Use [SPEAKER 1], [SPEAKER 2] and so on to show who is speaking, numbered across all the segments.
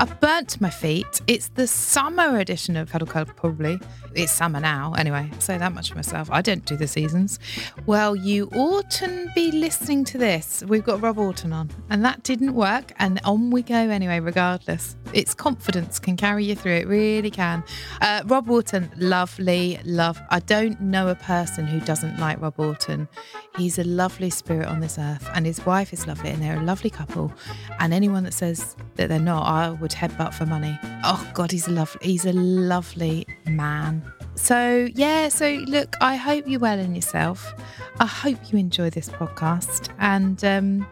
[SPEAKER 1] I burnt my feet. It's the summer edition of Huddle Club, probably. It's summer now, anyway. I'll say that much for myself. I don't do the seasons. Well, you oughtn't be listening to this. We've got Rob Orton on, and that didn't work. And on we go anyway, regardless. It's confidence can carry you through. It really can. Uh, Rob Orton, lovely, love. I don't know a person who doesn't like Rob Orton. He's a lovely spirit on this earth, and his wife is lovely, and they're a lovely couple. And anyone that says that they're not, I would headbutt for money. Oh God, he's a lovely, he's a lovely man. So yeah, so look, I hope you're well in yourself. I hope you enjoy this podcast, and um,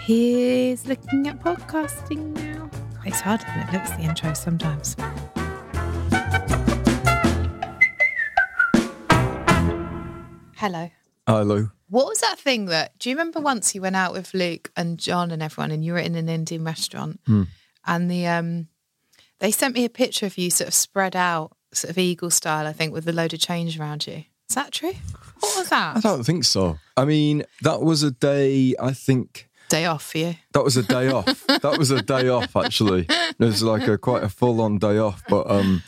[SPEAKER 1] here's looking at podcasting now. It's harder than it looks the intro sometimes. Hello.
[SPEAKER 2] Hello.
[SPEAKER 1] What was that thing that? Do you remember once you went out with Luke and John and everyone, and you were in an Indian restaurant, and the um, they sent me a picture of you sort of spread out, sort of eagle style, I think, with a load of change around you. Is that true? What was
[SPEAKER 2] I
[SPEAKER 1] that?
[SPEAKER 2] don't think so. I mean, that was a day, I think,
[SPEAKER 1] Day off for you.
[SPEAKER 2] that was a day off. That was a day off, actually. It was like a quite a full on day off, but um,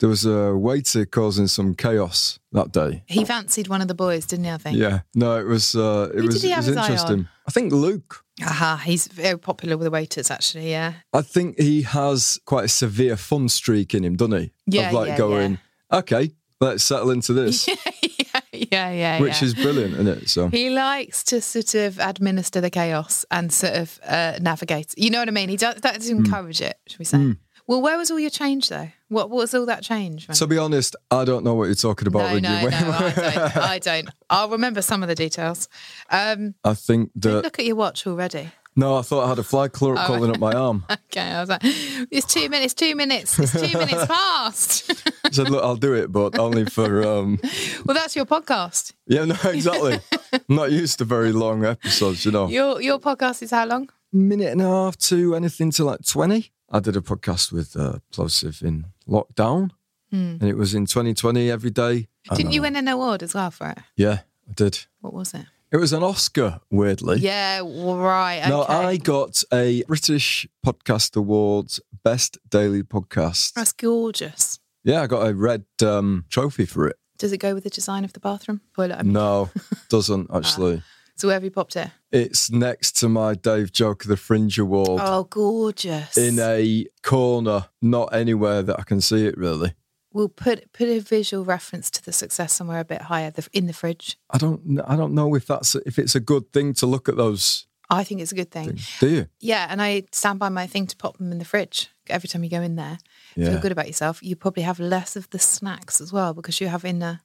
[SPEAKER 2] there was a waiter causing some chaos that day.
[SPEAKER 1] He fancied one of the boys, didn't he? I think.
[SPEAKER 2] Yeah. No, it was, uh, it
[SPEAKER 1] did
[SPEAKER 2] was,
[SPEAKER 1] he
[SPEAKER 2] it
[SPEAKER 1] have
[SPEAKER 2] was
[SPEAKER 1] his eye on?
[SPEAKER 2] interesting. I think Luke,
[SPEAKER 1] Aha, he's very popular with the waiters, actually. Yeah.
[SPEAKER 2] I think he has quite a severe fun streak in him, doesn't he?
[SPEAKER 1] Yeah,
[SPEAKER 2] Of like
[SPEAKER 1] yeah,
[SPEAKER 2] going, okay, let's settle into this,
[SPEAKER 1] yeah, yeah, yeah.
[SPEAKER 2] which
[SPEAKER 1] yeah.
[SPEAKER 2] is brilliant, isn't it? So.
[SPEAKER 1] He likes to sort of administer the chaos and sort of uh, navigate. You know what I mean? He does that does
[SPEAKER 2] Hmm.
[SPEAKER 1] encourage it, should we say? Well, where was all your change though? What, what was all that change? man?
[SPEAKER 2] To be honest, I don't know what you're talking about.
[SPEAKER 1] no,
[SPEAKER 2] with
[SPEAKER 1] no,
[SPEAKER 2] your-
[SPEAKER 1] no, I don't. I don't. I'll remember some of the details. Um,
[SPEAKER 2] I think that
[SPEAKER 1] look at your watch already.
[SPEAKER 2] No, I thought I had a fly crawling up my arm. I
[SPEAKER 1] Okay, I was like, it's two minutes, two minutes, it's two minutes past.
[SPEAKER 2] said, "Look, I'll do it, but only for um."
[SPEAKER 1] well, that's your podcast.
[SPEAKER 2] Yeah, no, exactly. I'm not used to very long episodes, you know.
[SPEAKER 1] Your your podcast is how long?
[SPEAKER 2] Minute and a half to anything to like twenty. I did a podcast with uh, Plosive in lockdown,
[SPEAKER 1] Hmm.
[SPEAKER 2] and it was in 2020 every day. I
[SPEAKER 1] Didn't
[SPEAKER 2] know.
[SPEAKER 1] you win an award as well for it?
[SPEAKER 2] Yeah, I did.
[SPEAKER 1] What was it?
[SPEAKER 2] It was an Oscar, weirdly.
[SPEAKER 1] Yeah, right. Okay.
[SPEAKER 2] No, I got a British Podcast Awards Best Daily Podcast.
[SPEAKER 1] That's gorgeous.
[SPEAKER 2] Yeah, I got a red um, trophy for it.
[SPEAKER 1] Does it go with the design of the bathroom? Toilet. I mean.
[SPEAKER 2] No, doesn't
[SPEAKER 1] Ah.
[SPEAKER 2] actually.
[SPEAKER 1] So where have you popped it?
[SPEAKER 2] It's next to my Dave Joker the Fringe Award
[SPEAKER 1] Oh, gorgeous.
[SPEAKER 2] in uh, a corner, not anywhere that I can see it really.
[SPEAKER 1] we'll put put a visual reference to the success somewhere a bit higher the, in the fridge.
[SPEAKER 2] I don't, kn- I don't know if that's if it's a good thing to look at those
[SPEAKER 1] I think it's a good thing.
[SPEAKER 2] things. Do you?
[SPEAKER 1] Yeah, and I stand by my thing to pop them in the fridge every time you go in there. Feel
[SPEAKER 2] Yeah.
[SPEAKER 1] good about yourself. You probably have less of the snacks as well because you have in a,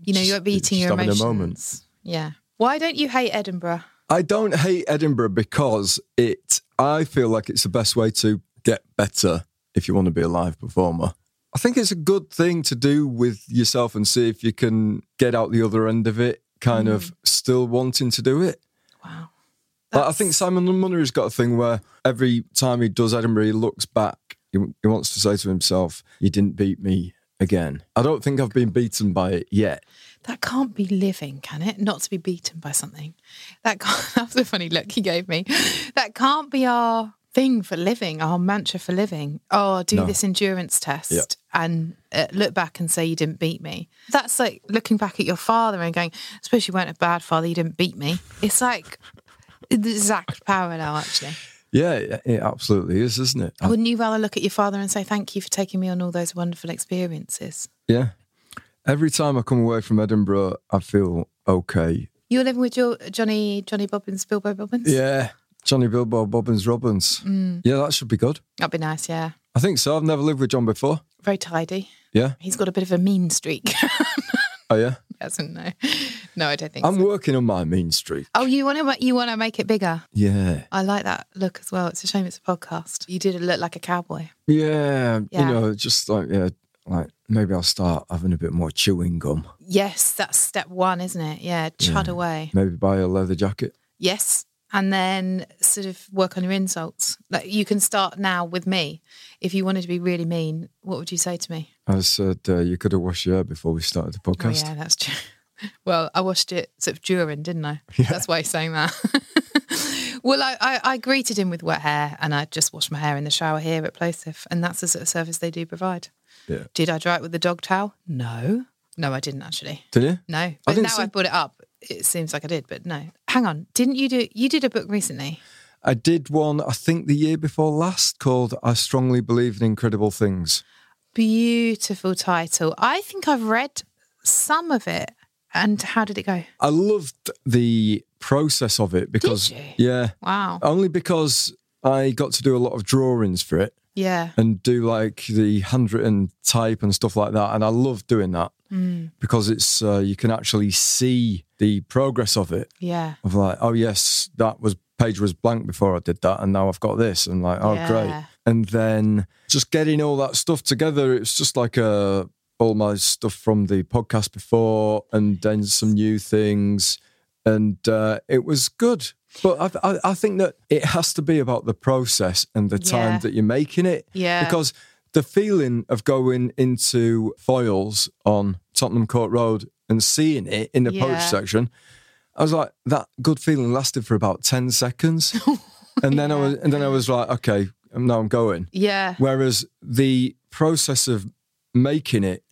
[SPEAKER 1] you know,
[SPEAKER 2] Just-
[SPEAKER 1] you're beating
[SPEAKER 2] just
[SPEAKER 1] your
[SPEAKER 2] having a
[SPEAKER 1] emotions.
[SPEAKER 2] moment.
[SPEAKER 1] Yeah. Why don't you hate Edinburgh?
[SPEAKER 2] I don't hate Edinburgh because it. I feel like it's the best way to get better if you want to be a live performer. I think it's a good thing to do with yourself and see if you can get out the other end of it, kind of still wanting to do it.
[SPEAKER 1] Wow.
[SPEAKER 2] But I think Simon Munner has got a thing where every time he does Edinburgh, he looks back. He, he wants to say to himself, "You didn't beat me again." I don't think I've been beaten by it yet.
[SPEAKER 1] That can't be living, can it? Not to be beaten by something. That can't, that was a funny look he gave me. That can't be our thing for living, our mantra for living. Oh, do
[SPEAKER 2] No.
[SPEAKER 1] this endurance test and uh, look back and say you didn't beat me. That's like looking back at your father and going, I suppose you weren't a bad father, you didn't beat me. It's like the exact parallel, actually.
[SPEAKER 2] Yeah, it it absolutely is, isn't it?
[SPEAKER 1] Wouldn't you rather look at your father and say, Thank you for taking me on all those wonderful experiences?
[SPEAKER 2] Yeah. Every time I come away from Edinburgh, I feel okay.
[SPEAKER 1] You're living with your Johnny Johnny Bobbins, Bilbo Bobbins?
[SPEAKER 2] Yeah. Johnny Bilbo, Bobbins, Robbins.
[SPEAKER 1] Mm.
[SPEAKER 2] Yeah, that should be good.
[SPEAKER 1] That'd be nice, yeah.
[SPEAKER 2] I think so. I've never lived with John before.
[SPEAKER 1] Very tidy.
[SPEAKER 2] Yeah.
[SPEAKER 1] He's got a bit of a mean streak.
[SPEAKER 2] Oh, yeah.
[SPEAKER 1] Doesn't know. No, I don't think
[SPEAKER 2] I'm
[SPEAKER 1] so.
[SPEAKER 2] working on my mean streak.
[SPEAKER 1] Oh, you want to you want to make it bigger?
[SPEAKER 2] Yeah.
[SPEAKER 1] I like that look as well. It's a shame it's a podcast. You did look like a cowboy.
[SPEAKER 2] Yeah.
[SPEAKER 1] Yeah.
[SPEAKER 2] You know, just like, yeah, like maybe I'll start having a bit more chewing gum.
[SPEAKER 1] Yes, that's step one, isn't it? Yeah, chud away.
[SPEAKER 2] Maybe buy a leather jacket.
[SPEAKER 1] Yes. And then sort of work on your insults. Like you can start now with me. If you wanted to be really mean, what would you say to me?
[SPEAKER 2] I said, uh, you could have washed your hair before we started the
[SPEAKER 1] Oh,
[SPEAKER 2] podcast.
[SPEAKER 1] yeah, that's true. Well, I watched it sort of during, didn't I? That's why he's saying that. well, I, I, I greeted him with wet hair and I just washed my hair in the shower here at Plosive. And that's the sort of service they do provide.
[SPEAKER 2] Yeah.
[SPEAKER 1] Did I dry it with the dog towel? No. No, I didn't actually.
[SPEAKER 2] Did you?
[SPEAKER 1] No. But
[SPEAKER 2] didn't
[SPEAKER 1] now
[SPEAKER 2] see-
[SPEAKER 1] I've brought it up, it seems like I did, but no. Hang on. Didn't you do you did a book recently?
[SPEAKER 2] I did one, I think the year before last, called I Strongly Believe in Incredible Things.
[SPEAKER 1] Beautiful title. I think I've read some of it. And how did it go?
[SPEAKER 2] I loved the process of it because,
[SPEAKER 1] you?
[SPEAKER 2] yeah,
[SPEAKER 1] Wow.
[SPEAKER 2] only because I got to do a lot of drawings for it
[SPEAKER 1] Yeah.
[SPEAKER 2] and do like the handwritten type and stuff like that. And I love doing that because it's, uh, you can actually see the progress of it
[SPEAKER 1] Yeah.
[SPEAKER 2] of like, oh, yes, that was page was blank before I did that. And now I've got this. And like, oh,
[SPEAKER 1] Yeah.
[SPEAKER 2] great. And then just getting all that stuff together, it's just like a, all my stuff from the podcast before and then some new things. And uh, it was good. But I, I, I think that it has to be about the process and the time
[SPEAKER 1] Yeah.
[SPEAKER 2] that you're making it.
[SPEAKER 1] Yeah.
[SPEAKER 2] Because the feeling of going into foils on Tottenham Court Road and seeing it in the
[SPEAKER 1] Yeah.
[SPEAKER 2] poach section, I was like, that good feeling lasted for about ten seconds, and then I was, and then I was like, okay, now I'm going.
[SPEAKER 1] Yeah.
[SPEAKER 2] Whereas the process of making it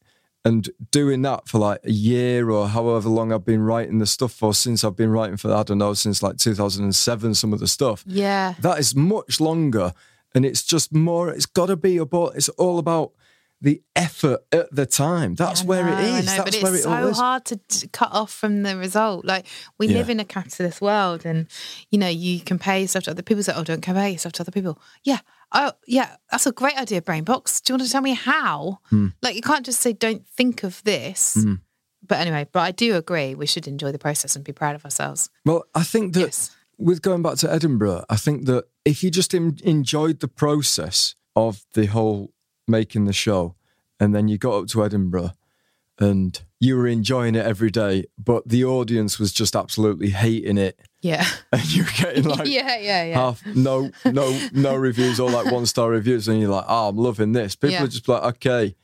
[SPEAKER 2] and doing that for like a year or however long I've been writing the stuff for, since I've been writing for I don't know since like 2007, some of the stuff
[SPEAKER 1] Yeah.
[SPEAKER 2] that is much longer, and it's just more. It's got to be about. It's all about the effort at the time. That's where
[SPEAKER 1] No,
[SPEAKER 2] it
[SPEAKER 1] I
[SPEAKER 2] is.
[SPEAKER 1] know,
[SPEAKER 2] That's
[SPEAKER 1] but
[SPEAKER 2] where
[SPEAKER 1] it's
[SPEAKER 2] it all
[SPEAKER 1] so
[SPEAKER 2] is.
[SPEAKER 1] hard to t- cut off from the result. Like we
[SPEAKER 2] Yeah.
[SPEAKER 1] live in a capitalist world, and you know you compare yourself to other people. So, oh, don't compare yourself to other people. Yeah. Oh, yeah. That's a great idea, Brain Box. Do you want to tell me how?
[SPEAKER 2] Hmm.
[SPEAKER 1] Like you can't just say don't think of this. But anyway, but I do agree. We should enjoy the process and be proud of ourselves.
[SPEAKER 2] Well, I think that
[SPEAKER 1] Yes.
[SPEAKER 2] with going back to Edinburgh, I think that if you just en- enjoyed the process of the whole making the show, and then you got up to Edinburgh and you were enjoying it every day, but the audience was just absolutely hating it,
[SPEAKER 1] Yeah.
[SPEAKER 2] and you're getting like.
[SPEAKER 1] yeah. Yeah. Yeah.
[SPEAKER 2] Half no no no reviews or like one star reviews and you're like oh I'm loving this people
[SPEAKER 1] Yeah. Mm.
[SPEAKER 2] are just like okay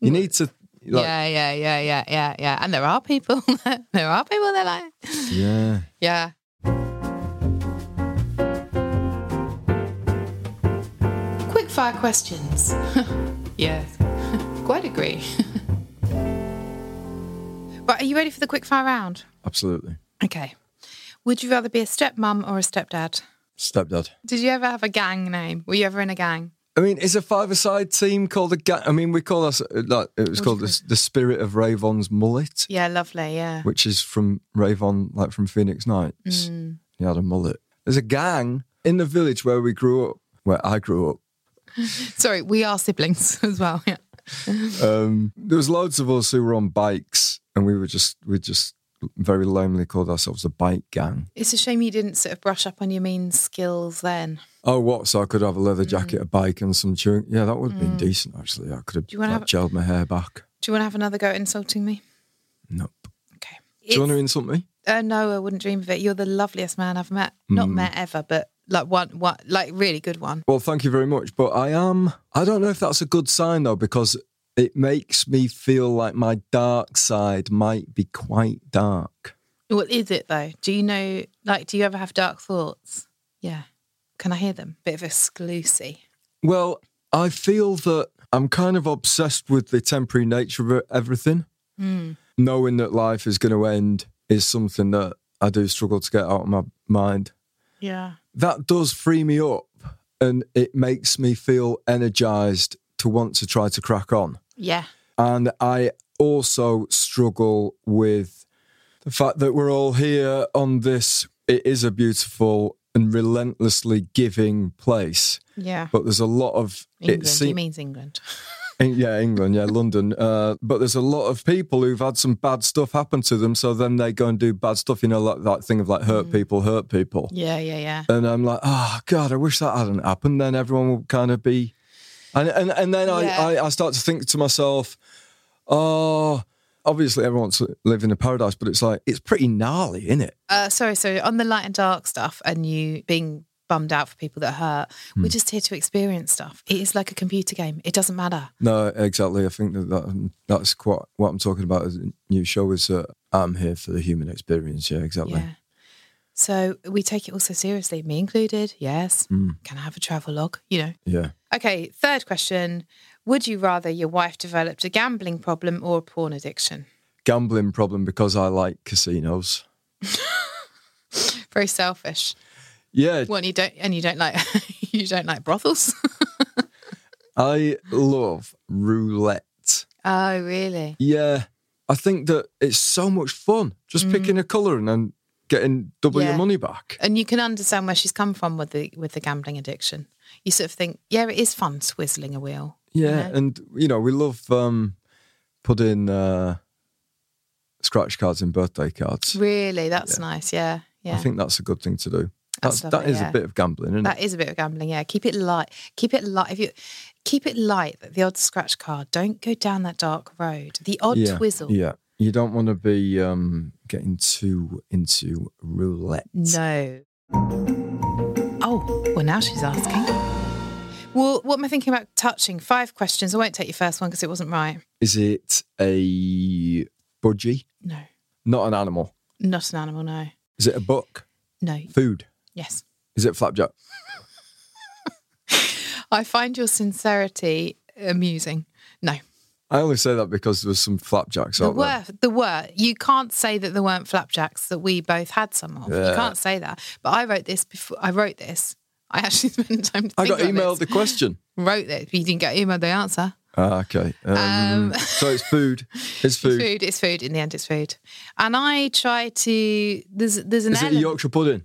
[SPEAKER 2] you need to like
[SPEAKER 1] yeah, yeah, yeah, yeah, yeah, yeah. And there are people, there are people that like,
[SPEAKER 2] yeah.
[SPEAKER 1] yeah. Quick fire questions. yes, quite agree. but are you ready for the quick fire round?
[SPEAKER 2] absolutely
[SPEAKER 1] Okay. Would you rather be a stepmom or a stepdad?
[SPEAKER 2] stepdad
[SPEAKER 1] Did you ever have a gang name? Were you ever in a gang?
[SPEAKER 2] I mean, is a five-a-side team called a gang? I mean, we call us like it was called the, the Spirit of Ravon's Mullet,
[SPEAKER 1] Yeah, lovely. Yeah.
[SPEAKER 2] which is from Ravon, like from Phoenix Nights.
[SPEAKER 1] Mm.
[SPEAKER 2] He had a mullet. There's a gang in the village where we grew up, where I grew up.
[SPEAKER 1] Sorry, we are siblings as well. Yeah.
[SPEAKER 2] Um, there was loads of us who were on bikes, and we were just we just very lamely called ourselves the bike gang.
[SPEAKER 1] It's a shame you didn't sort of brush up on your mean skills then.
[SPEAKER 2] Oh, what? So I could have a leather
[SPEAKER 1] Mm.
[SPEAKER 2] jacket, a bike, and some chewing. Yeah, that would have been decent actually. I could have
[SPEAKER 1] Do you wanna
[SPEAKER 2] like, gelled my hair back.
[SPEAKER 1] Do you want to have another go at insulting me?
[SPEAKER 2] Nope.
[SPEAKER 1] Okay.
[SPEAKER 2] Do you want to insult me?
[SPEAKER 1] uh, no, I wouldn't dream of it. You're the loveliest man I've met. Not met ever, but like one, one, like really good one.
[SPEAKER 2] Well, thank you very much. But I am, I don't know if that's a good sign though, because it makes me feel like my dark side might be quite dark.
[SPEAKER 1] Well, is it though? Do you know, like, do you ever have dark thoughts? Yeah. Can I hear them? Bit of a sclusy.
[SPEAKER 2] Well, I feel that I'm kind of obsessed with the temporary nature of e, everything. Knowing that life is going to end is something that I do struggle to get out of my mind.
[SPEAKER 1] Yeah.
[SPEAKER 2] That does free me up and it makes me feel energized to want to try to crack on.
[SPEAKER 1] Yeah.
[SPEAKER 2] And I also struggle with the fact that we're all here on this. It is a beautiful and relentlessly giving place,
[SPEAKER 1] Yeah.
[SPEAKER 2] but there's a lot of
[SPEAKER 1] England.
[SPEAKER 2] it seems.
[SPEAKER 1] he means England.
[SPEAKER 2] In- yeah, England, yeah, London. Uh, but there's a lot of people who've had some bad stuff happen to them, so then they go and do bad stuff. You know, like that thing of like hurt people, hurt people.
[SPEAKER 1] Yeah, yeah, yeah.
[SPEAKER 2] And I'm like, oh God, I wish that hadn't happened. Then everyone will kind of be, and and and then
[SPEAKER 1] Yeah.
[SPEAKER 2] I, I I start to think to myself, oh, obviously everyone wants to live in a paradise, but it's like it's pretty gnarly, isn't it?
[SPEAKER 1] Uh, sorry, so on the light and dark stuff and you being bummed out for people that hurt, we're just here to experience stuff. It is like a computer game. It doesn't matter.
[SPEAKER 2] No, exactly. I think that, that that's quite what I'm talking about. As a new show is that I'm here for the human experience. Yeah, exactly.
[SPEAKER 1] Yeah. So we take it all so seriously, me included. Yes.
[SPEAKER 2] Mm.
[SPEAKER 1] Can I have a travel log? You know.
[SPEAKER 2] yeah.
[SPEAKER 1] Okay, third question. Would you rather your wife developed a gambling problem or a porn addiction?
[SPEAKER 2] gambling problem because I like casinos.
[SPEAKER 1] Very selfish.
[SPEAKER 2] Yeah,
[SPEAKER 1] Well, and you don't and you don't like you don't like brothels.
[SPEAKER 2] I love roulette.
[SPEAKER 1] oh, really?
[SPEAKER 2] Yeah, I think that it's so much fun just picking a color and then getting double
[SPEAKER 1] Mm. Yeah.
[SPEAKER 2] your money back.
[SPEAKER 1] And you can understand where she's come from with the with the gambling addiction. You sort of think, yeah, it is fun swizzling a wheel.
[SPEAKER 2] Yeah, and you know we love um, putting uh, scratch cards in birthday cards.
[SPEAKER 1] Really, that's nice. Yeah, yeah.
[SPEAKER 2] I think that's a good thing to do.
[SPEAKER 1] That's
[SPEAKER 2] That's,
[SPEAKER 1] lovely,
[SPEAKER 2] that is
[SPEAKER 1] yeah.
[SPEAKER 2] a bit of gambling, isn't
[SPEAKER 1] That
[SPEAKER 2] it?
[SPEAKER 1] is a bit of gambling, yeah. Keep it light. Keep it light. If you keep it light, the odd scratch card. Don't go down that dark road. The odd
[SPEAKER 2] yeah,
[SPEAKER 1] twizzle.
[SPEAKER 2] yeah. You don't want to be um, getting too into roulette.
[SPEAKER 1] No. Oh, well, now she's asking. Well, what am I thinking about touching? Five questions. I won't take your first one because it wasn't right.
[SPEAKER 2] Is it a budgie?
[SPEAKER 1] No,
[SPEAKER 2] Not an animal.
[SPEAKER 1] not an animal. No,
[SPEAKER 2] Is it a book?
[SPEAKER 1] no.
[SPEAKER 2] Food?
[SPEAKER 1] Yes.
[SPEAKER 2] Is it flapjack?
[SPEAKER 1] I find your sincerity amusing. No,
[SPEAKER 2] I only say that because there was some flapjacks
[SPEAKER 1] there
[SPEAKER 2] out there.
[SPEAKER 1] were there were. You can't say that there weren't flapjacks that we both had some of. You
[SPEAKER 2] Yeah.
[SPEAKER 1] can't say that. But I wrote this before. I wrote this. I actually spent time. To
[SPEAKER 2] I
[SPEAKER 1] think
[SPEAKER 2] got
[SPEAKER 1] about
[SPEAKER 2] emailed
[SPEAKER 1] This. Um,
[SPEAKER 2] the question.
[SPEAKER 1] Wrote this. But you didn't get emailed the answer.
[SPEAKER 2] Ah, okay. Um, so it's food. It's
[SPEAKER 1] It's
[SPEAKER 2] food.
[SPEAKER 1] food. It's food. In the end, it's food. And I try to. There's there's an
[SPEAKER 2] Is it a
[SPEAKER 1] element.
[SPEAKER 2] Yorkshire pudding?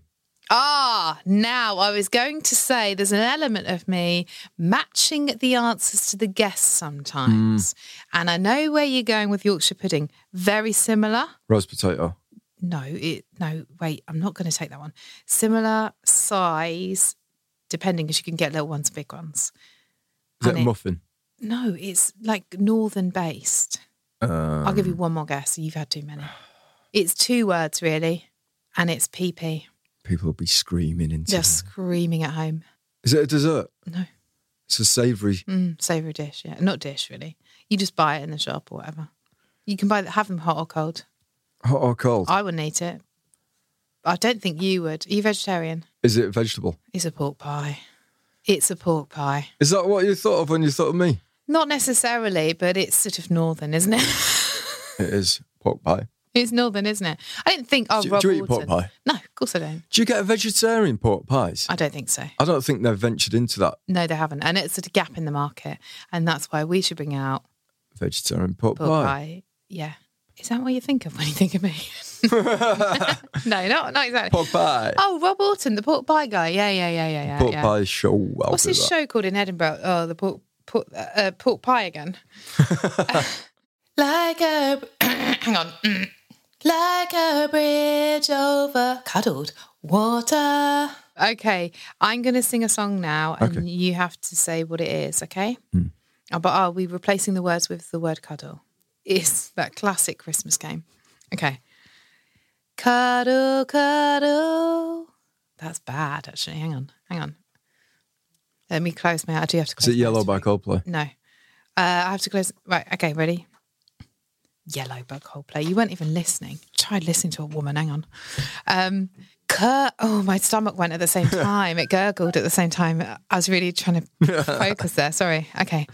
[SPEAKER 1] ah, now I was going to say there's an element of me matching the answers to the guests sometimes.
[SPEAKER 2] Hmm.
[SPEAKER 1] And I know where you're going with Yorkshire pudding. Very similar.
[SPEAKER 2] Roast potato.
[SPEAKER 1] No, it no. Wait, I'm not going to take that one. Similar size, depending, because you can get little ones, big ones.
[SPEAKER 2] Is it
[SPEAKER 1] And
[SPEAKER 2] a
[SPEAKER 1] it-
[SPEAKER 2] muffin?
[SPEAKER 1] No, it's like northern based.
[SPEAKER 2] Um,
[SPEAKER 1] I'll give you one more guess. You've had too many. It's two words really, and it's PP.
[SPEAKER 2] People will be screaming into
[SPEAKER 1] Just screaming at home.
[SPEAKER 2] Is it a dessert?
[SPEAKER 1] No,
[SPEAKER 2] It's a savoury.
[SPEAKER 1] mm, savoury dish. Yeah, not dish really. You just buy it in the shop or whatever. You can buy have them hot or cold.
[SPEAKER 2] Hot or cold?
[SPEAKER 1] I wouldn't eat it. I don't think you would. Are you vegetarian?
[SPEAKER 2] Is it a vegetable?
[SPEAKER 1] It's a pork pie. It's a pork pie.
[SPEAKER 2] Is that what you thought of when you thought of me?
[SPEAKER 1] Not necessarily, but it's sort of northern, isn't it?
[SPEAKER 2] It is pork pie.
[SPEAKER 1] it's northern, isn't it? I didn't think. Oh,
[SPEAKER 2] Do-
[SPEAKER 1] Rob
[SPEAKER 2] do you eat pork
[SPEAKER 1] Orton-
[SPEAKER 2] pie?
[SPEAKER 1] No, of course I don't.
[SPEAKER 2] Do you get vegetarian pork pies?
[SPEAKER 1] I don't think so.
[SPEAKER 2] I don't think they've ventured into that
[SPEAKER 1] No, they haven't, and it's a gap in the market, and that's why we should bring out
[SPEAKER 2] vegetarian pork,
[SPEAKER 1] pork
[SPEAKER 2] pie.
[SPEAKER 1] pie. Yeah, is that what you think of when you think of me? no, not not exactly.
[SPEAKER 2] Pork pie.
[SPEAKER 1] Oh, Rob Orton, the pork pie guy. Yeah, yeah, yeah, yeah, yeah.
[SPEAKER 2] pork
[SPEAKER 1] yeah.
[SPEAKER 2] pie show. I'll
[SPEAKER 1] What's
[SPEAKER 2] do
[SPEAKER 1] his
[SPEAKER 2] that.
[SPEAKER 1] show called in Edinburgh? Oh, the pork pork, uh, pork pie again. like a hang on, Mm. like a bridge over cuddled water. Okay, I'm going to sing a song now, and
[SPEAKER 2] Okay. Hmm.
[SPEAKER 1] you have to say what it is. Okay, Oh, but are we replacing the words with the word cuddle? It's that classic Christmas game. Okay, cuddle, cuddle. That's bad, actually. Hang on, hang on. Let me close my. I do have to.
[SPEAKER 2] Is
[SPEAKER 1] Close
[SPEAKER 2] it
[SPEAKER 1] my
[SPEAKER 2] Yellow
[SPEAKER 1] eyes.
[SPEAKER 2] by Coldplay?
[SPEAKER 1] No. Uh, I have to close. Right. Okay. Ready? Yellow by Coldplay. You weren't even listening. Tried listening to a woman. Hang on. Um, cur- oh, my stomach went at the same time. It gurgled at the same time. I was really trying to focus there. Sorry. Okay.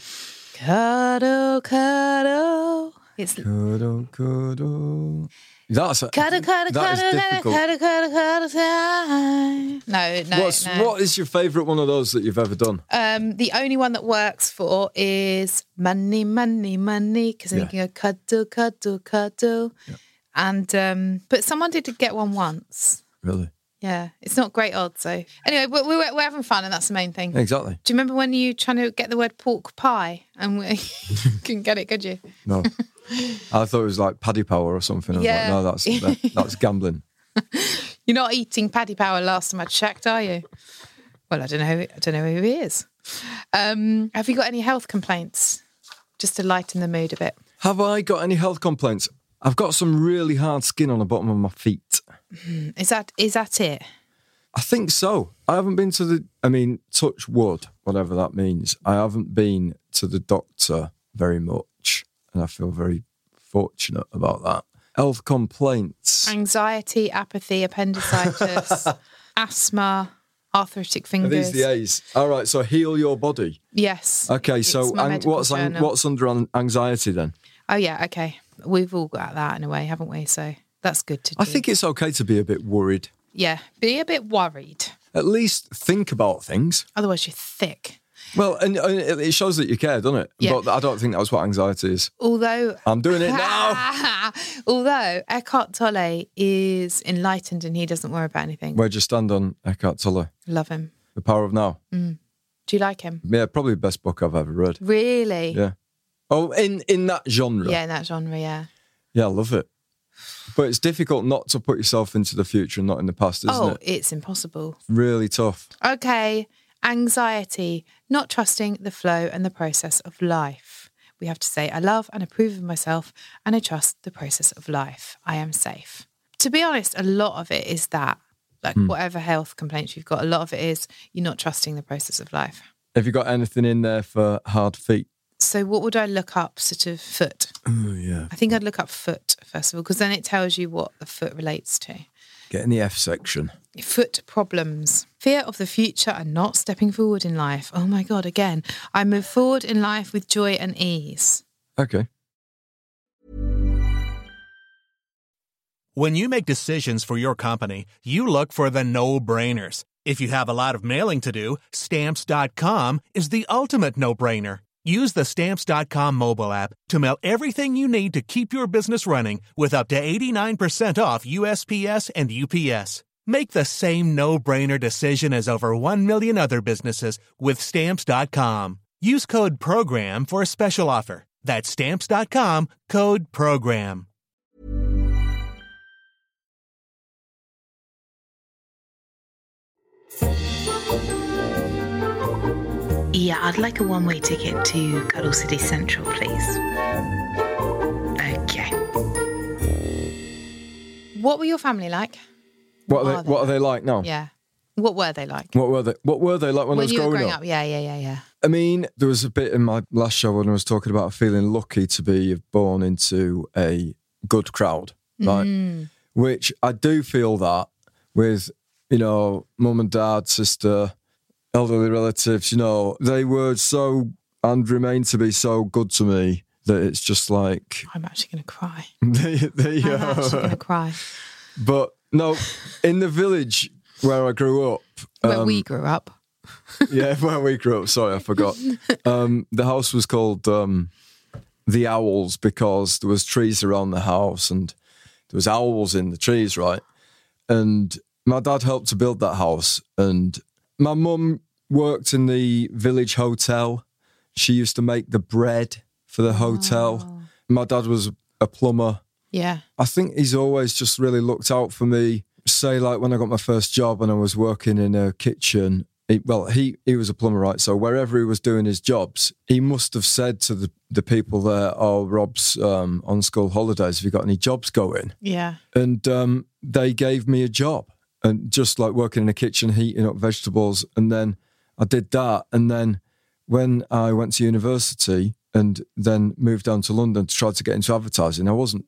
[SPEAKER 1] Cuddle, cuddle. It's
[SPEAKER 2] Cuddle, cuddle. That's a,
[SPEAKER 1] cuddle, cuddle,
[SPEAKER 2] that is
[SPEAKER 1] cuddle, cuddle,
[SPEAKER 2] difficult.
[SPEAKER 1] cuddle, cuddle, cuddle time. No, no,
[SPEAKER 2] What's,
[SPEAKER 1] no.
[SPEAKER 2] What is your favourite one of those that you've ever done?
[SPEAKER 1] Um, the only one that works for is money, money, money, because then
[SPEAKER 2] Yeah.
[SPEAKER 1] you can go cuddle, cuddle, cuddle. And um, but someone did get one once.
[SPEAKER 2] Really?
[SPEAKER 1] Yeah, it's not great odds. So anyway, we- we- we're, we're having fun, and that's the main thing.
[SPEAKER 2] Exactly.
[SPEAKER 1] Do you remember when you trying to get the word pork pie and we couldn't get it, could you?
[SPEAKER 2] No. I thought it was like paddy power or something. I was
[SPEAKER 1] Yeah.
[SPEAKER 2] like, no, that's that- that's gambling.
[SPEAKER 1] You're not eating Paddy Power last time I checked, are you? Well, I don't know. who- I don't know who he is. Um, have you got any health complaints? Just to lighten the mood a bit.
[SPEAKER 2] Have I got any health complaints? I've got some really hard skin on the bottom of my feet.
[SPEAKER 1] Is that is that it?
[SPEAKER 2] I think so. I haven't been to the, I mean, touch wood, whatever that means. I haven't been to the doctor very much. And I feel very fortunate about that. Health complaints.
[SPEAKER 1] Anxiety, apathy, appendicitis, asthma, arthritic
[SPEAKER 2] Are
[SPEAKER 1] fingers.
[SPEAKER 2] these the A's? All right. So heal your body.
[SPEAKER 1] Yes.
[SPEAKER 2] Okay.
[SPEAKER 1] It's
[SPEAKER 2] So
[SPEAKER 1] my
[SPEAKER 2] an-
[SPEAKER 1] medical
[SPEAKER 2] what's an-
[SPEAKER 1] journal.
[SPEAKER 2] what's under an- anxiety then?
[SPEAKER 1] Oh yeah. Okay. We've all got that in a way, haven't we? So that's good to. Do.
[SPEAKER 2] I think it's okay to be a bit worried.
[SPEAKER 1] Yeah. Be a bit worried.
[SPEAKER 2] At least think about things.
[SPEAKER 1] Otherwise, you're thick.
[SPEAKER 2] Well, and, and it it shows that you care, doesn't it?
[SPEAKER 1] Yeah.
[SPEAKER 2] But I don't think that's what anxiety is.
[SPEAKER 1] Although
[SPEAKER 2] I'm doing it now.
[SPEAKER 1] Although Eckhart Tolle is enlightened and he doesn't worry about anything.
[SPEAKER 2] Where'd you stand on Eckhart Tolle?
[SPEAKER 1] Love him.
[SPEAKER 2] The Power of Now.
[SPEAKER 1] Do you like him?
[SPEAKER 2] Yeah, probably the best book I've ever read.
[SPEAKER 1] Really?
[SPEAKER 2] Yeah. Oh, in in that genre.
[SPEAKER 1] Yeah, in that genre, yeah.
[SPEAKER 2] Yeah, I love it. But it's difficult not to put yourself into the future and not in the past, isn't
[SPEAKER 1] oh,
[SPEAKER 2] it?
[SPEAKER 1] it's impossible.
[SPEAKER 2] Really tough.
[SPEAKER 1] Okay. Anxiety, not trusting the flow and the process of life. We have to say, I love and approve of myself and I trust the process of life. I am safe. To be honest, a lot of it is that. Like,
[SPEAKER 2] Hmm.
[SPEAKER 1] whatever health complaints you've got, a lot of it is you're not trusting the process of life.
[SPEAKER 2] Have you got anything in there for hard feet?
[SPEAKER 1] So, what would I look up, sort of foot?
[SPEAKER 2] Oh, yeah.
[SPEAKER 1] I think I'd look up foot first of all, because then it tells you what the foot relates to.
[SPEAKER 2] Get in the F section.
[SPEAKER 1] Foot problems, fear of the future and not stepping forward in life. Oh my God, again, I move forward in life with joy and ease.
[SPEAKER 2] Okay.
[SPEAKER 3] When you make decisions for your company, you look for the no brainers. If you have a lot of mailing to do, stamps.com is the ultimate no brainer. Use the stamps.com mobile app to mail everything you need to keep your business running with up to 89% off USPS and UPS. Make the same no brainer decision as over 1 million other businesses with stamps.com. Use code PROGRAM for a special offer. That's stamps.com code PROGRAM.
[SPEAKER 4] Yeah, I'd like a one way ticket to Cuddle City Central, please. Okay.
[SPEAKER 1] What were your family like?
[SPEAKER 2] What
[SPEAKER 1] What
[SPEAKER 2] are they,
[SPEAKER 1] are they
[SPEAKER 2] what are they like now?
[SPEAKER 1] Yeah. What were they like?
[SPEAKER 2] What were they? What were they like when, I was
[SPEAKER 1] you
[SPEAKER 2] growing,
[SPEAKER 1] were growing
[SPEAKER 2] up?
[SPEAKER 1] up? Yeah, yeah, yeah, yeah.
[SPEAKER 2] I mean, there was a bit in my last show when I was talking about feeling lucky to be born into a good crowd, right?
[SPEAKER 1] Mm.
[SPEAKER 2] Which I do feel that with, you know, mum and dad, sister, elderly relatives, you know, they were so and remain to be so good to me that it's just like, uh,
[SPEAKER 1] I'm actually going to cry.
[SPEAKER 2] there, there you
[SPEAKER 1] I'm actually
[SPEAKER 2] are.
[SPEAKER 1] going to cry.
[SPEAKER 2] But no, in the village where I grew up, uh,
[SPEAKER 1] Where
[SPEAKER 2] Um,
[SPEAKER 1] we grew up.
[SPEAKER 2] yeah, where we grew up. Sorry, I forgot. Um, the house was called um, the Owls because there was trees around the house and there was owls in the trees, right? And my dad helped to build that house, and my mum worked in the village hotel. She used to make the bread for the hotel. My dad was a plumber.
[SPEAKER 1] Yeah.
[SPEAKER 2] I think he's always just really looked out for me. Say like when I got my first job and I was working in a kitchen. He, well, he he was a plumber, right? So wherever he was doing his jobs, he must have said to the, the people there, "Oh, Rob's um, on school holidays. Have you got any jobs going?"
[SPEAKER 1] Yeah.
[SPEAKER 2] And um, they gave me a job, and just like working in a kitchen, heating up vegetables, and then I did that, and then when I went to university and then moved down to London to try to get into advertising, I wasn't.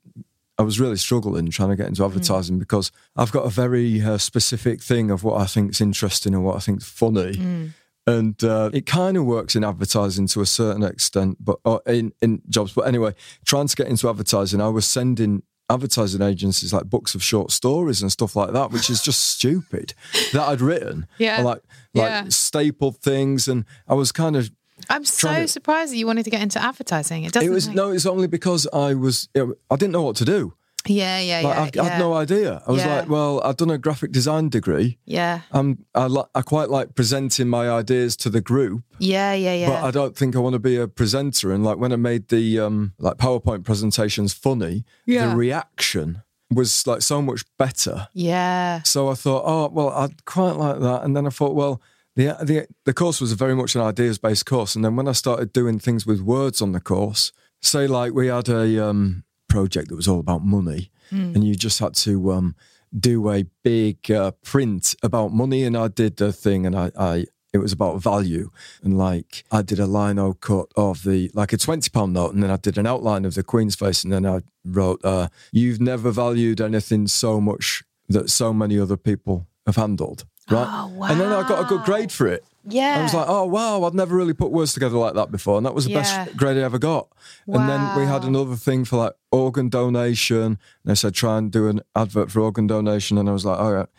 [SPEAKER 2] I was really struggling trying to get into advertising because I've got a very uh, specific thing of what I think's interesting and what I think's funny, And uh, it kind of works in advertising to a certain extent, but or in, in jobs. But anyway, trying to get into advertising, I was sending advertising agencies like books of short stories and stuff like that, which is just stupid that I'd written.
[SPEAKER 1] Yeah.
[SPEAKER 2] Or Like, like
[SPEAKER 1] Yeah.
[SPEAKER 2] stapled things. And I was kind of
[SPEAKER 1] I'm so
[SPEAKER 2] Trying to-
[SPEAKER 1] surprised that you wanted to get into advertising. It doesn't.
[SPEAKER 2] It was
[SPEAKER 1] make-
[SPEAKER 2] no. It's only because I was. I didn't know what to do.
[SPEAKER 1] Yeah, yeah, yeah.
[SPEAKER 2] Like, I,
[SPEAKER 1] yeah.
[SPEAKER 2] I had no idea. I was
[SPEAKER 1] Yeah.
[SPEAKER 2] like, well, I've done a graphic design degree.
[SPEAKER 1] Yeah,
[SPEAKER 2] I'm. I, li- I quite like presenting my ideas to the group,
[SPEAKER 1] yeah, yeah, yeah.
[SPEAKER 2] but I don't think I want to be a presenter. And like when I made the um like PowerPoint presentations funny,
[SPEAKER 1] Yeah.
[SPEAKER 2] the reaction was like so much better.
[SPEAKER 1] yeah,
[SPEAKER 2] So I thought, oh well, I'd quite like that. And then I thought, well, the the the course was very much an ideas based course. And then when I started doing things with words on the course, say like we had a um, project that was all about money, and you just had to um, do a big uh, print about money. And I did the thing, and I. I it was about value, and like I did a lino cut of the like a twenty pound note, and then I did an outline of the Queen's face, and then I wrote, uh, "You've never valued anything so much that so many other people have handled. Right.
[SPEAKER 1] Oh,
[SPEAKER 2] And then I got a good grade for it.
[SPEAKER 1] yeah.
[SPEAKER 2] I was like, oh, wow, I'd never really put words together like that before. And that was the
[SPEAKER 1] Yeah.
[SPEAKER 2] best grade I ever got. And then we had
[SPEAKER 1] Wow.
[SPEAKER 2] another thing for like organ donation. And they said, try and do an advert for organ donation. And I was like, all right.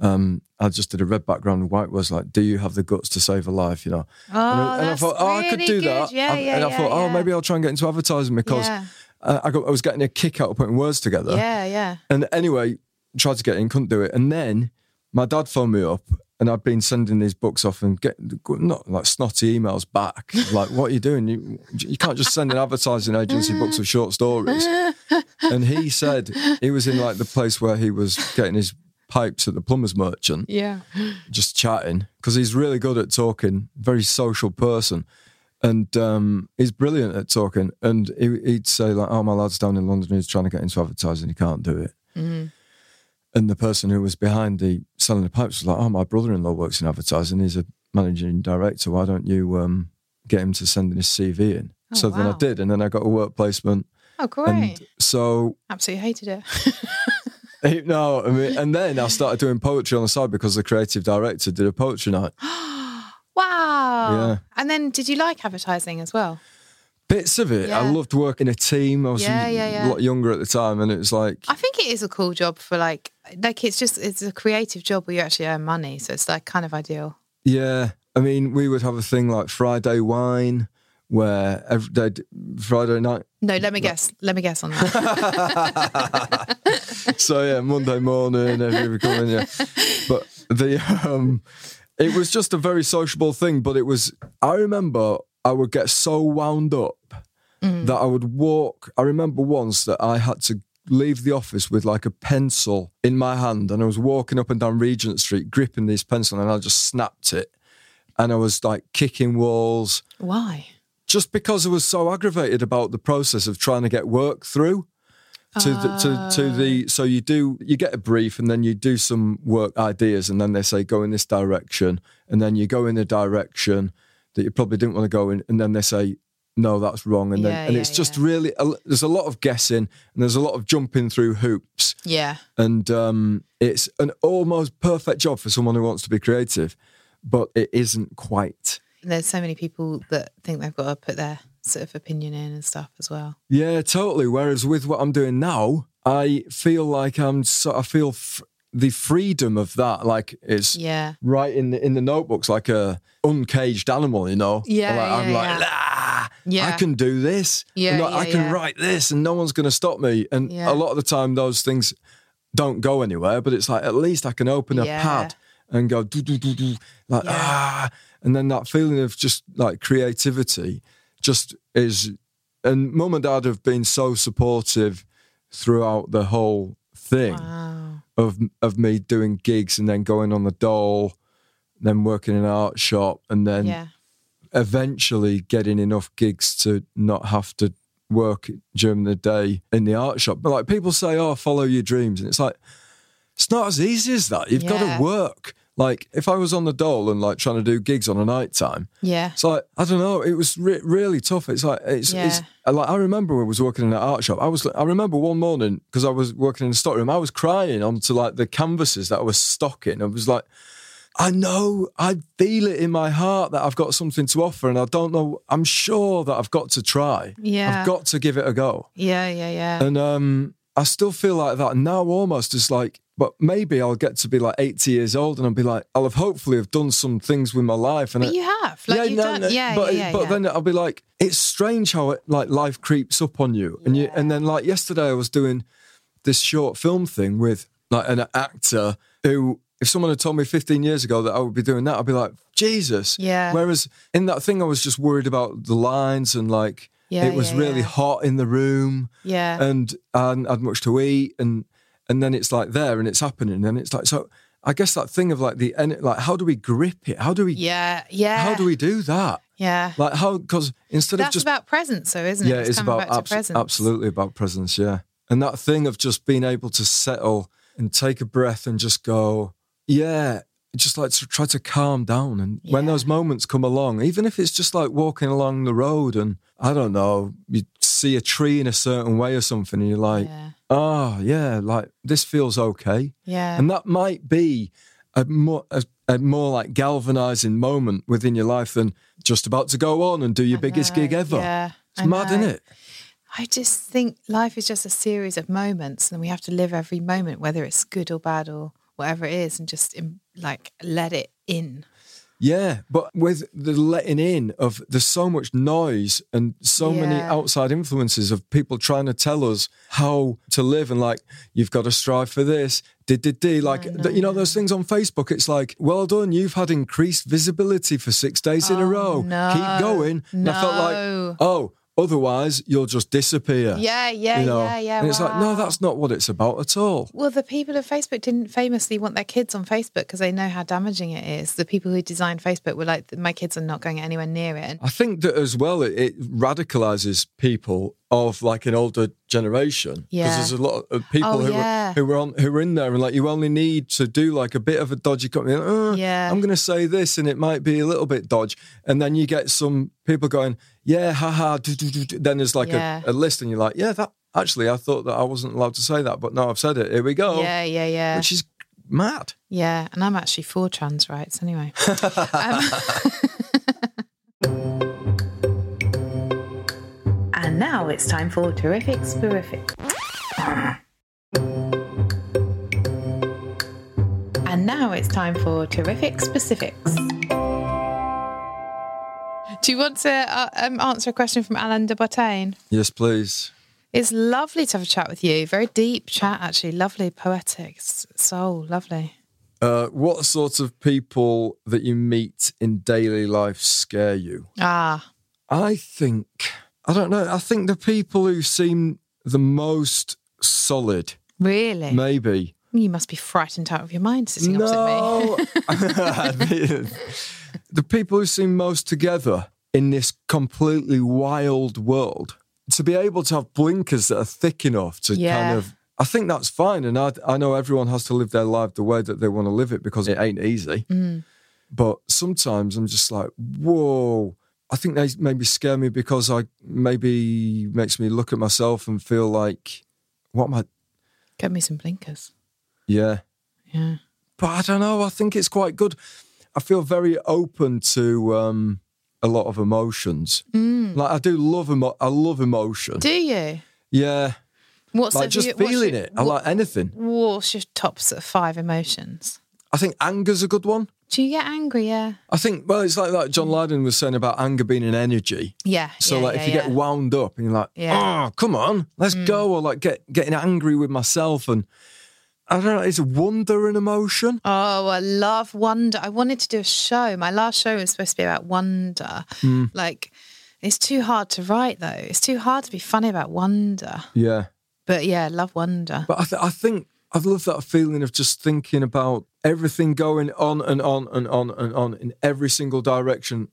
[SPEAKER 2] Um, I just did a red background and white was like, do you have the guts to save a life? You know?
[SPEAKER 1] oh,
[SPEAKER 2] and, I- and I
[SPEAKER 1] that's
[SPEAKER 2] thought, oh, I could
[SPEAKER 1] really
[SPEAKER 2] do
[SPEAKER 1] good.
[SPEAKER 2] that.
[SPEAKER 1] Yeah,
[SPEAKER 2] and,
[SPEAKER 1] yeah,
[SPEAKER 2] and I
[SPEAKER 1] yeah,
[SPEAKER 2] thought, oh,
[SPEAKER 1] yeah.
[SPEAKER 2] maybe I'll try and get into advertising because
[SPEAKER 1] Yeah.
[SPEAKER 2] uh, I, got, I was getting a kick out of putting words together.
[SPEAKER 1] Yeah, yeah.
[SPEAKER 2] And anyway, tried to get in, couldn't do it. And then my dad phoned me up and I'd been sending these books off and get not like snotty emails back. Like, what are you doing? You, you can't just send an advertising agency books of short stories. And he said he was in like the place where he was getting his pipes at the plumber's merchant
[SPEAKER 1] Yeah.
[SPEAKER 2] just chatting because he's really good at talking, very social person. And um, he's brilliant at talking. And he, he'd say, like, oh, my lad's down in London, he's trying to get into advertising, he can't do it.
[SPEAKER 1] Mm-hmm.
[SPEAKER 2] And the person who was behind the selling the pipes was like, oh, my brother in law works in advertising, he's a managing director, why don't you um, get him to send his CV in?
[SPEAKER 1] Oh,
[SPEAKER 2] so then I
[SPEAKER 1] wow.
[SPEAKER 2] did, and then I got a work placement.
[SPEAKER 1] Oh, great.
[SPEAKER 2] And so
[SPEAKER 1] Absolutely hated it.
[SPEAKER 2] no, I mean, and then I started doing poetry on the side because the creative director did a poetry night.
[SPEAKER 1] wow.
[SPEAKER 2] Yeah.
[SPEAKER 1] And then, did you like advertising as well?
[SPEAKER 2] bits of it. I
[SPEAKER 1] Yeah.
[SPEAKER 2] loved working a team. I was
[SPEAKER 1] Yeah, yeah,
[SPEAKER 2] a
[SPEAKER 1] yeah.
[SPEAKER 2] lot younger at the time, and it was like,
[SPEAKER 1] I think it is a cool job for like, like it's just it's a creative job where you actually earn money, so it's like kind of ideal.
[SPEAKER 2] yeah. I mean, we would have a thing like Friday wine, where every day, Friday night.
[SPEAKER 1] No, let me guess. Let me guess on that.
[SPEAKER 2] So yeah, Monday morning, everybody would come in. Yeah, but the um, it was just a very sociable thing. But it was. I remember I would get so wound up that I would walk. I remember once that I had to leave the office with like a pencil in my hand and I was walking up and down Regent Street gripping this pencil and I just snapped it and I was like kicking walls
[SPEAKER 1] Why?
[SPEAKER 2] just because I was so aggravated about the process of trying to get work through to the, to, to
[SPEAKER 1] Ah.
[SPEAKER 2] the so you do you get a brief and then you do some work ideas and then they say go in this direction and then you go in a direction that you probably didn't want to go in and then they say no that's wrong and then
[SPEAKER 1] Yeah,
[SPEAKER 2] and
[SPEAKER 1] yeah,
[SPEAKER 2] it's just really a, there's a lot of guessing and there's a lot of jumping through hoops
[SPEAKER 1] Yeah.
[SPEAKER 2] and um, it's an almost perfect job for someone who wants to be creative but it isn't quite
[SPEAKER 1] There's so many people that think they've got to put their sort of opinion in and stuff as well.
[SPEAKER 2] Yeah, totally. Whereas with what I'm doing now, I feel like I'm so I feel f- the freedom of that. Like it's
[SPEAKER 1] Yeah.
[SPEAKER 2] right in the in the notebooks, like a uncaged animal. You know?
[SPEAKER 1] Yeah,
[SPEAKER 2] Like, I'm
[SPEAKER 1] yeah,
[SPEAKER 2] like,
[SPEAKER 1] yeah.
[SPEAKER 2] "Ah,
[SPEAKER 1] Yeah.
[SPEAKER 2] I can do this.
[SPEAKER 1] Yeah,
[SPEAKER 2] And, like,
[SPEAKER 1] yeah,
[SPEAKER 2] I can
[SPEAKER 1] yeah.
[SPEAKER 2] write this, and no one's going to stop me. And
[SPEAKER 1] Yeah.
[SPEAKER 2] a lot of the time, those things don't go anywhere. But it's like at least I can open a
[SPEAKER 1] Yeah.
[SPEAKER 2] pad and go do do do do like
[SPEAKER 1] Yeah.
[SPEAKER 2] ah, and then that feeling of just like creativity just is. And mum and dad have been so supportive throughout the whole thing
[SPEAKER 1] Wow.
[SPEAKER 2] of of me doing gigs and then going on the dole, then working in an art shop, and then
[SPEAKER 1] yeah.
[SPEAKER 2] eventually getting enough gigs to not have to work during the day in the art shop. But like people say, oh, follow your dreams. And it's like, it's not as easy as that. You've got
[SPEAKER 1] Yeah.
[SPEAKER 2] to work. Like if I was on the dole and like trying to do gigs on a night time,
[SPEAKER 1] Yeah.
[SPEAKER 2] it's like I don't know. It was re- really tough. It's like it's, it's like I remember when I was working in an art shop. I was I remember one morning because I was working in the stockroom. I was crying onto like the canvases that I was stocking. I was like, I know, I feel it in my heart that I've got something to offer, and I don't know. I'm sure that I've got to try.
[SPEAKER 1] Yeah.
[SPEAKER 2] I've got to give it a go.
[SPEAKER 1] Yeah, yeah, yeah.
[SPEAKER 2] And um, I still feel like that now, almost just like, but maybe I'll get to be like 80 years old and I'll be like, I'll have hopefully have done some things with my life. And
[SPEAKER 1] But
[SPEAKER 2] it-
[SPEAKER 1] you have, like you've
[SPEAKER 2] no,
[SPEAKER 1] done,
[SPEAKER 2] no,
[SPEAKER 1] yeah,
[SPEAKER 2] but,
[SPEAKER 1] yeah,
[SPEAKER 2] But
[SPEAKER 1] yeah.
[SPEAKER 2] then uh, I'll be like, it's strange how it, like life creeps up on you. And you, and then like yesterday, I was doing this short film thing with like an actor who, if someone had told me 15 years ago that I would be doing that, I'd be like, Jesus.
[SPEAKER 1] Yeah.
[SPEAKER 2] Whereas in that thing, I was just worried about the lines and like
[SPEAKER 1] Yeah,
[SPEAKER 2] it was
[SPEAKER 1] yeah,
[SPEAKER 2] really
[SPEAKER 1] yeah.
[SPEAKER 2] hot in the room
[SPEAKER 1] yeah.
[SPEAKER 2] and and had much to eat and and then it's like there and it's happening and it's like so I guess that thing of like the en- like how do we grip it how do we
[SPEAKER 1] yeah, yeah.
[SPEAKER 2] how do we do that
[SPEAKER 1] Yeah.
[SPEAKER 2] like how because instead
[SPEAKER 1] That's
[SPEAKER 2] of just
[SPEAKER 1] about presence, though, isn't it?
[SPEAKER 2] yeah it's
[SPEAKER 1] coming
[SPEAKER 2] about
[SPEAKER 1] back to
[SPEAKER 2] abs-
[SPEAKER 1] presence.
[SPEAKER 2] absolutely about presence yeah and that thing of just being able to settle and take a breath and just go yeah just like to try to calm down and when
[SPEAKER 1] Yeah.
[SPEAKER 2] those moments come along even if it's just like walking along the road and I don't know you see a tree in a certain way or something and you're like
[SPEAKER 1] Yeah.
[SPEAKER 2] oh yeah like this feels okay
[SPEAKER 1] Yeah.
[SPEAKER 2] and that might be a more a, a more like galvanizing moment within your life than just about to go on and do your biggest gig
[SPEAKER 1] know,
[SPEAKER 2] ever
[SPEAKER 1] yeah,
[SPEAKER 2] it's
[SPEAKER 1] I
[SPEAKER 2] mad
[SPEAKER 1] know.
[SPEAKER 2] isn't it
[SPEAKER 1] I just think life is just a series of moments, and we have to live every moment, whether it's good or bad or whatever it is, and just um, like let it in.
[SPEAKER 2] yeah but with the letting in of there's so much noise and so many
[SPEAKER 1] Yeah.
[SPEAKER 2] outside influences of people trying to tell us how to live and like you've got to strive for this did did did like th- you know those things on facebook it's like well done you've had increased visibility for six days in a row
[SPEAKER 1] Oh, no.
[SPEAKER 2] keep going and i felt
[SPEAKER 1] No.
[SPEAKER 2] like oh otherwise you'll just disappear
[SPEAKER 1] Yeah, yeah,
[SPEAKER 2] you know?
[SPEAKER 1] yeah, yeah.
[SPEAKER 2] And it's like,
[SPEAKER 1] wow.
[SPEAKER 2] no, that's not what it's about at all.
[SPEAKER 1] Well, the people of Facebook didn't famously want their kids on Facebook because they know how damaging it is. The people who designed Facebook were like, my kids are not going anywhere near it. And
[SPEAKER 2] I think that as well, it, it radicalizes people of like an older generation. 'Cause
[SPEAKER 1] Yeah.
[SPEAKER 2] there's a lot of people
[SPEAKER 1] Oh,
[SPEAKER 2] who,
[SPEAKER 1] yeah.
[SPEAKER 2] were, who were on who were in there, and like you only need to do like a bit of a dodgy. Com- uh,
[SPEAKER 1] Yeah.
[SPEAKER 2] I'm going to say this, and it might be a little bit dodge, and then you get some people going, yeah, haha. do, do, do, do." Then there's like
[SPEAKER 1] Yeah.
[SPEAKER 2] a, a list, and you're like, yeah, that actually, I thought that I wasn't allowed to say that, but now I've said it. Here we go.
[SPEAKER 1] yeah, yeah, yeah.
[SPEAKER 2] Oh. Which is mad.
[SPEAKER 1] yeah. And I'm actually for trans rights anyway. um,
[SPEAKER 4] And now it's time for Terrific Spirific. And now it's time for Terrific Specifics.
[SPEAKER 1] do you want to uh, um, answer a question from Alan de Bottain?
[SPEAKER 2] Yes, please.
[SPEAKER 1] It's lovely to have a chat with you. Very deep chat, actually. Lovely, poetic, s- soul, lovely.
[SPEAKER 2] Uh, what sorts of people that you meet in daily life scare you?
[SPEAKER 1] Ah,
[SPEAKER 2] I think, I don't know, I think the people who seem the most solid,
[SPEAKER 1] really?
[SPEAKER 2] maybe.
[SPEAKER 1] you must be frightened out of your mind sitting opposite me.
[SPEAKER 2] No. the people who seem most together in this completely wild world, to be able to have blinkers that are thick enough to
[SPEAKER 1] Yeah.
[SPEAKER 2] kind of, I think that's fine. And I, I know everyone has to live their life the way that they want to live it because it ain't easy.
[SPEAKER 1] Mm.
[SPEAKER 2] But sometimes I'm just like, whoa. I think they maybe scare me because I maybe makes me look at myself and feel like, what am I?
[SPEAKER 1] Get me some blinkers.
[SPEAKER 2] Yeah
[SPEAKER 1] Yeah.
[SPEAKER 2] but I don't know. I think it's quite good. I feel very open to um, a lot of emotions. Like I do love emo- I love emotion.
[SPEAKER 1] Mm. Do you?
[SPEAKER 2] yeah,
[SPEAKER 1] What's
[SPEAKER 2] like
[SPEAKER 1] have
[SPEAKER 2] just
[SPEAKER 1] you- what's
[SPEAKER 2] feeling
[SPEAKER 1] your-
[SPEAKER 2] it. I like anything.
[SPEAKER 1] What's your top sort of five emotions?
[SPEAKER 2] I think anger's a good one.
[SPEAKER 1] Do you get angry? Yeah.
[SPEAKER 2] I think well, it's like like John Lydon was saying about anger being an energy.
[SPEAKER 1] Yeah.
[SPEAKER 2] So
[SPEAKER 1] yeah,
[SPEAKER 2] like
[SPEAKER 1] yeah,
[SPEAKER 2] if you get
[SPEAKER 1] yeah.
[SPEAKER 2] wound up and you're like,
[SPEAKER 1] Yeah. Mm.
[SPEAKER 2] oh, come on, let's go, or like get getting angry with myself and I don't know. It's wonder and emotion.
[SPEAKER 1] Oh, I love wonder. I wanted to do a show. My last show was supposed to be about wonder.
[SPEAKER 2] Hmm.
[SPEAKER 1] Like, it's too hard to write though. It's too hard to be funny about wonder.
[SPEAKER 2] Yeah.
[SPEAKER 1] But yeah, I love wonder.
[SPEAKER 2] But I, th- I think I love that feeling of just thinking about everything going on and on and on and on in every single direction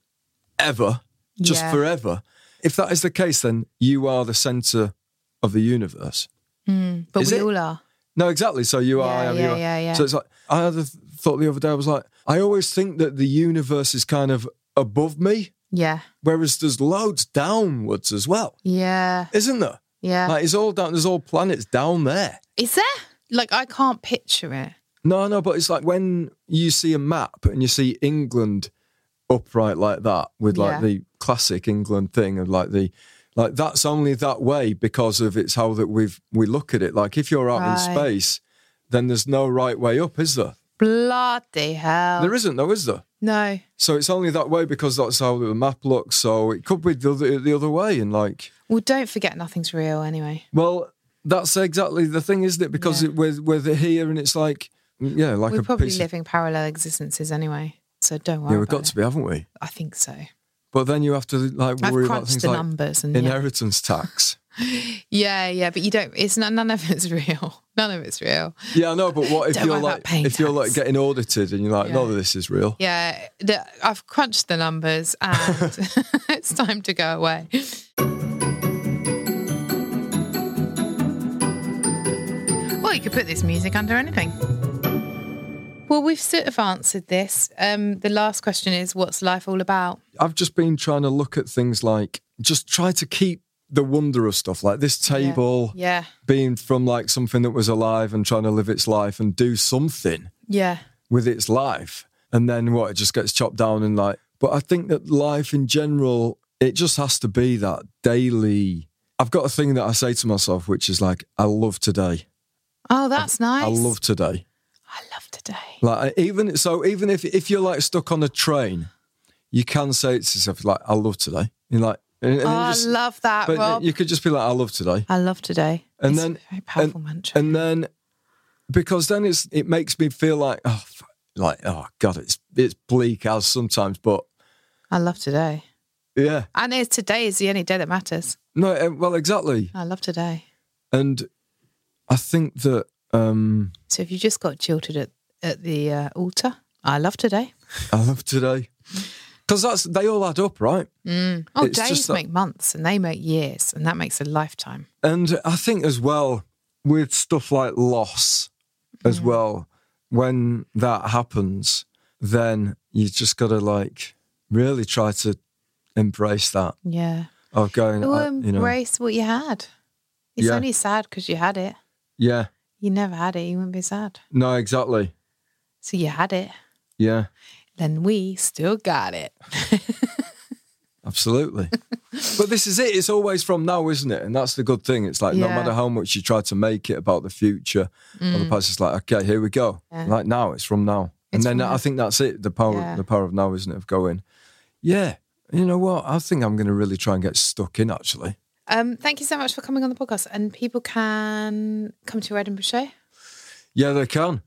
[SPEAKER 2] ever, just
[SPEAKER 1] Yeah.
[SPEAKER 2] forever. If that is the case, then you are the center of the universe.
[SPEAKER 1] Hmm. But
[SPEAKER 2] Is
[SPEAKER 1] we
[SPEAKER 2] it?
[SPEAKER 1] all are.
[SPEAKER 2] No, exactly. So you are, I
[SPEAKER 1] Yeah,
[SPEAKER 2] am,
[SPEAKER 1] yeah,
[SPEAKER 2] you are.
[SPEAKER 1] yeah, yeah.
[SPEAKER 2] So it's like, I had a th- thought the other day, I was like, I always think that the universe is kind of above me,
[SPEAKER 1] Yeah.
[SPEAKER 2] whereas there's loads downwards as well,
[SPEAKER 1] Yeah.
[SPEAKER 2] isn't there?
[SPEAKER 1] Yeah.
[SPEAKER 2] Like, it's all down, there's all planets down there.
[SPEAKER 1] Is there? Like I can't picture it.
[SPEAKER 2] No, no, but it's like when you see a map and you see England upright like that with
[SPEAKER 1] Yeah.
[SPEAKER 2] like the classic England thing of like the like that's only that way because of it's how that we've we look at it. Like if you're out in
[SPEAKER 1] Right.
[SPEAKER 2] space, then there's no right way up, is there?
[SPEAKER 1] Bloody hell.
[SPEAKER 2] There isn't though, is there?
[SPEAKER 1] No.
[SPEAKER 2] So it's only that way because that's how the map looks. So it could be the other, the other way and like
[SPEAKER 1] Well, don't forget nothing's real anyway.
[SPEAKER 2] well, that's exactly the thing, isn't it? Because
[SPEAKER 1] Yeah.
[SPEAKER 2] it, we're we're here and it's like yeah, like
[SPEAKER 1] We're
[SPEAKER 2] a
[SPEAKER 1] probably
[SPEAKER 2] piece of-
[SPEAKER 1] living parallel existences anyway. So don't worry.
[SPEAKER 2] yeah, we've
[SPEAKER 1] about
[SPEAKER 2] got to be, haven't we?
[SPEAKER 1] it. I think so.
[SPEAKER 2] But then you have to like
[SPEAKER 1] I've
[SPEAKER 2] worry about
[SPEAKER 1] crunched
[SPEAKER 2] things
[SPEAKER 1] the
[SPEAKER 2] like
[SPEAKER 1] numbers and yeah.
[SPEAKER 2] inheritance tax.
[SPEAKER 1] yeah, yeah, but you don't. It's not, none of it's real. None of it's real.
[SPEAKER 2] Yeah, I know. But what if
[SPEAKER 1] Don't
[SPEAKER 2] you're
[SPEAKER 1] worry about
[SPEAKER 2] like
[SPEAKER 1] paying
[SPEAKER 2] if you're like
[SPEAKER 1] tax.
[SPEAKER 2] getting audited and you're like, none
[SPEAKER 1] Yeah.
[SPEAKER 2] of this is real.
[SPEAKER 1] Yeah, the, I've crunched the numbers and it's time to go away. Well, you could put this music under anything. Well, we've sort of answered this. Um, the last question is what's life all about?
[SPEAKER 2] I've just been trying to look at things like just try to keep the wonder of stuff like this table
[SPEAKER 1] Yeah,
[SPEAKER 2] being from like something that was alive and trying to live its life and do something
[SPEAKER 1] yeah.
[SPEAKER 2] with its life. And then what? It just gets chopped down and like. But I think that life in general, it just has to be that daily. I've got a thing that I say to myself, which is like, I love today.
[SPEAKER 1] Oh, that's nice.
[SPEAKER 2] I love today.
[SPEAKER 1] I love today.
[SPEAKER 2] Like even so, even if if you're like stuck on a train, you can say it to yourself like, "I love today." You're like, and, and
[SPEAKER 1] Oh,
[SPEAKER 2] you
[SPEAKER 1] I
[SPEAKER 2] just-
[SPEAKER 1] love that,
[SPEAKER 2] But
[SPEAKER 1] Rob.
[SPEAKER 2] you could just be like, "I love today,"
[SPEAKER 1] I love today.
[SPEAKER 2] and
[SPEAKER 1] It's
[SPEAKER 2] then
[SPEAKER 1] a very powerful
[SPEAKER 2] and,
[SPEAKER 1] mantra.
[SPEAKER 2] and then because then it's it makes me feel like oh f- like oh god, it's it's bleak as sometimes, but
[SPEAKER 1] I love today.
[SPEAKER 2] yeah,
[SPEAKER 1] And it's today is the only day that matters.
[SPEAKER 2] no, eh, well, exactly,
[SPEAKER 1] I love today.
[SPEAKER 2] and I think that um
[SPEAKER 1] So if you just got jilted at, at the uh, altar, I love today.
[SPEAKER 2] I love today because that's they all add up, right?
[SPEAKER 1] Oh,
[SPEAKER 2] It's just
[SPEAKER 1] days
[SPEAKER 2] that-
[SPEAKER 1] make months and they make years, and that makes a lifetime.
[SPEAKER 2] And I think as well with stuff like loss,
[SPEAKER 1] Mm.
[SPEAKER 2] as well, when that happens, then you just got to like really try to embrace that
[SPEAKER 1] Yeah.
[SPEAKER 2] of going,
[SPEAKER 1] Well,
[SPEAKER 2] I- you know,
[SPEAKER 1] embrace what you had. It's
[SPEAKER 2] Yeah.
[SPEAKER 1] only sad because you had it.
[SPEAKER 2] yeah,
[SPEAKER 1] You never had it, you wouldn't be sad.
[SPEAKER 2] no, exactly,
[SPEAKER 1] So you had it,
[SPEAKER 2] yeah,
[SPEAKER 1] then we still got it.
[SPEAKER 2] absolutely. but this is it. It's always from now, isn't it? And that's the good thing. It's like no
[SPEAKER 1] Yeah. Mm.
[SPEAKER 2] matter how much you try to make it about the future or the past, it's like okay, here we go.
[SPEAKER 1] Yeah.
[SPEAKER 2] Like now, it's from now.
[SPEAKER 1] It's
[SPEAKER 2] and
[SPEAKER 1] from
[SPEAKER 2] then I
[SPEAKER 1] now.
[SPEAKER 2] think that's it. The power,
[SPEAKER 1] Yeah.
[SPEAKER 2] the power of now, isn't it? Of going, yeah. You know what? I think I'm going to really try and get stuck in. Actually,
[SPEAKER 1] Um, thank you so much for coming on the podcast. And people can come to your Edinburgh show.
[SPEAKER 2] yeah, they can.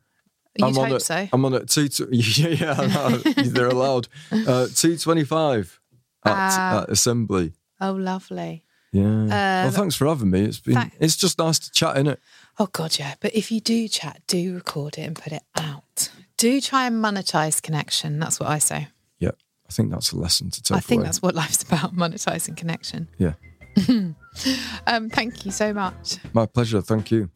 [SPEAKER 1] You'd
[SPEAKER 2] I'm on
[SPEAKER 1] hope
[SPEAKER 2] at,
[SPEAKER 1] so.
[SPEAKER 2] I'm on at two. tw- yeah, yeah, I know. they're allowed. Uh, two twenty-five at,
[SPEAKER 1] Ah.
[SPEAKER 2] at assembly.
[SPEAKER 1] Oh, lovely.
[SPEAKER 2] Yeah. well, thanks for having me. It's been.
[SPEAKER 1] Um, tha-
[SPEAKER 2] it's just nice to chat, innit?
[SPEAKER 1] Oh God, yeah. But if you do chat, do record it and put it out. Do try and monetize connection. That's what I say.
[SPEAKER 2] Yeah. I think that's a lesson to take.
[SPEAKER 1] I think
[SPEAKER 2] away.
[SPEAKER 1] that's what life's about: monetizing connection.
[SPEAKER 2] Yeah.
[SPEAKER 1] Um, thank you so much.
[SPEAKER 2] My pleasure. Thank you.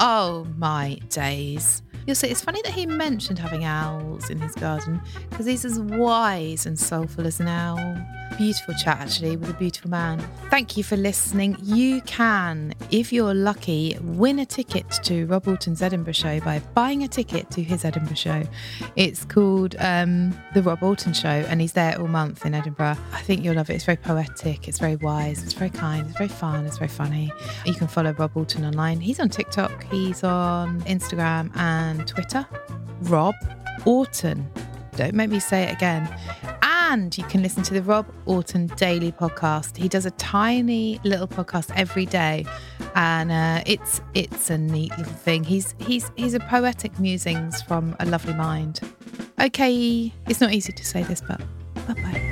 [SPEAKER 1] Oh my days. You'll see, it's funny that he mentioned having owls in his garden because he's as wise and soulful as an owl. Beautiful chat, actually, with a beautiful man. Thank you for listening. You can, if you're lucky, win a ticket to Rob Alton's Edinburgh show by buying a ticket to his Edinburgh show. It's called um, The Rob Alton Show, and he's there all month in Edinburgh. I think you'll love it. It's very poetic, it's very wise, it's very kind, it's very fun, it's very funny. You can follow Rob Alton online. He's on TikTok, he's on Instagram and Twitter. Rob Orton. Don't make me say it again. And you can listen to the Rob Orton Daily Podcast. He does a tiny little podcast every day, and uh, it's it's a neat little thing. He's he's he's a poetic musings from a lovely mind. Okay, it's not easy to say this, but bye bye.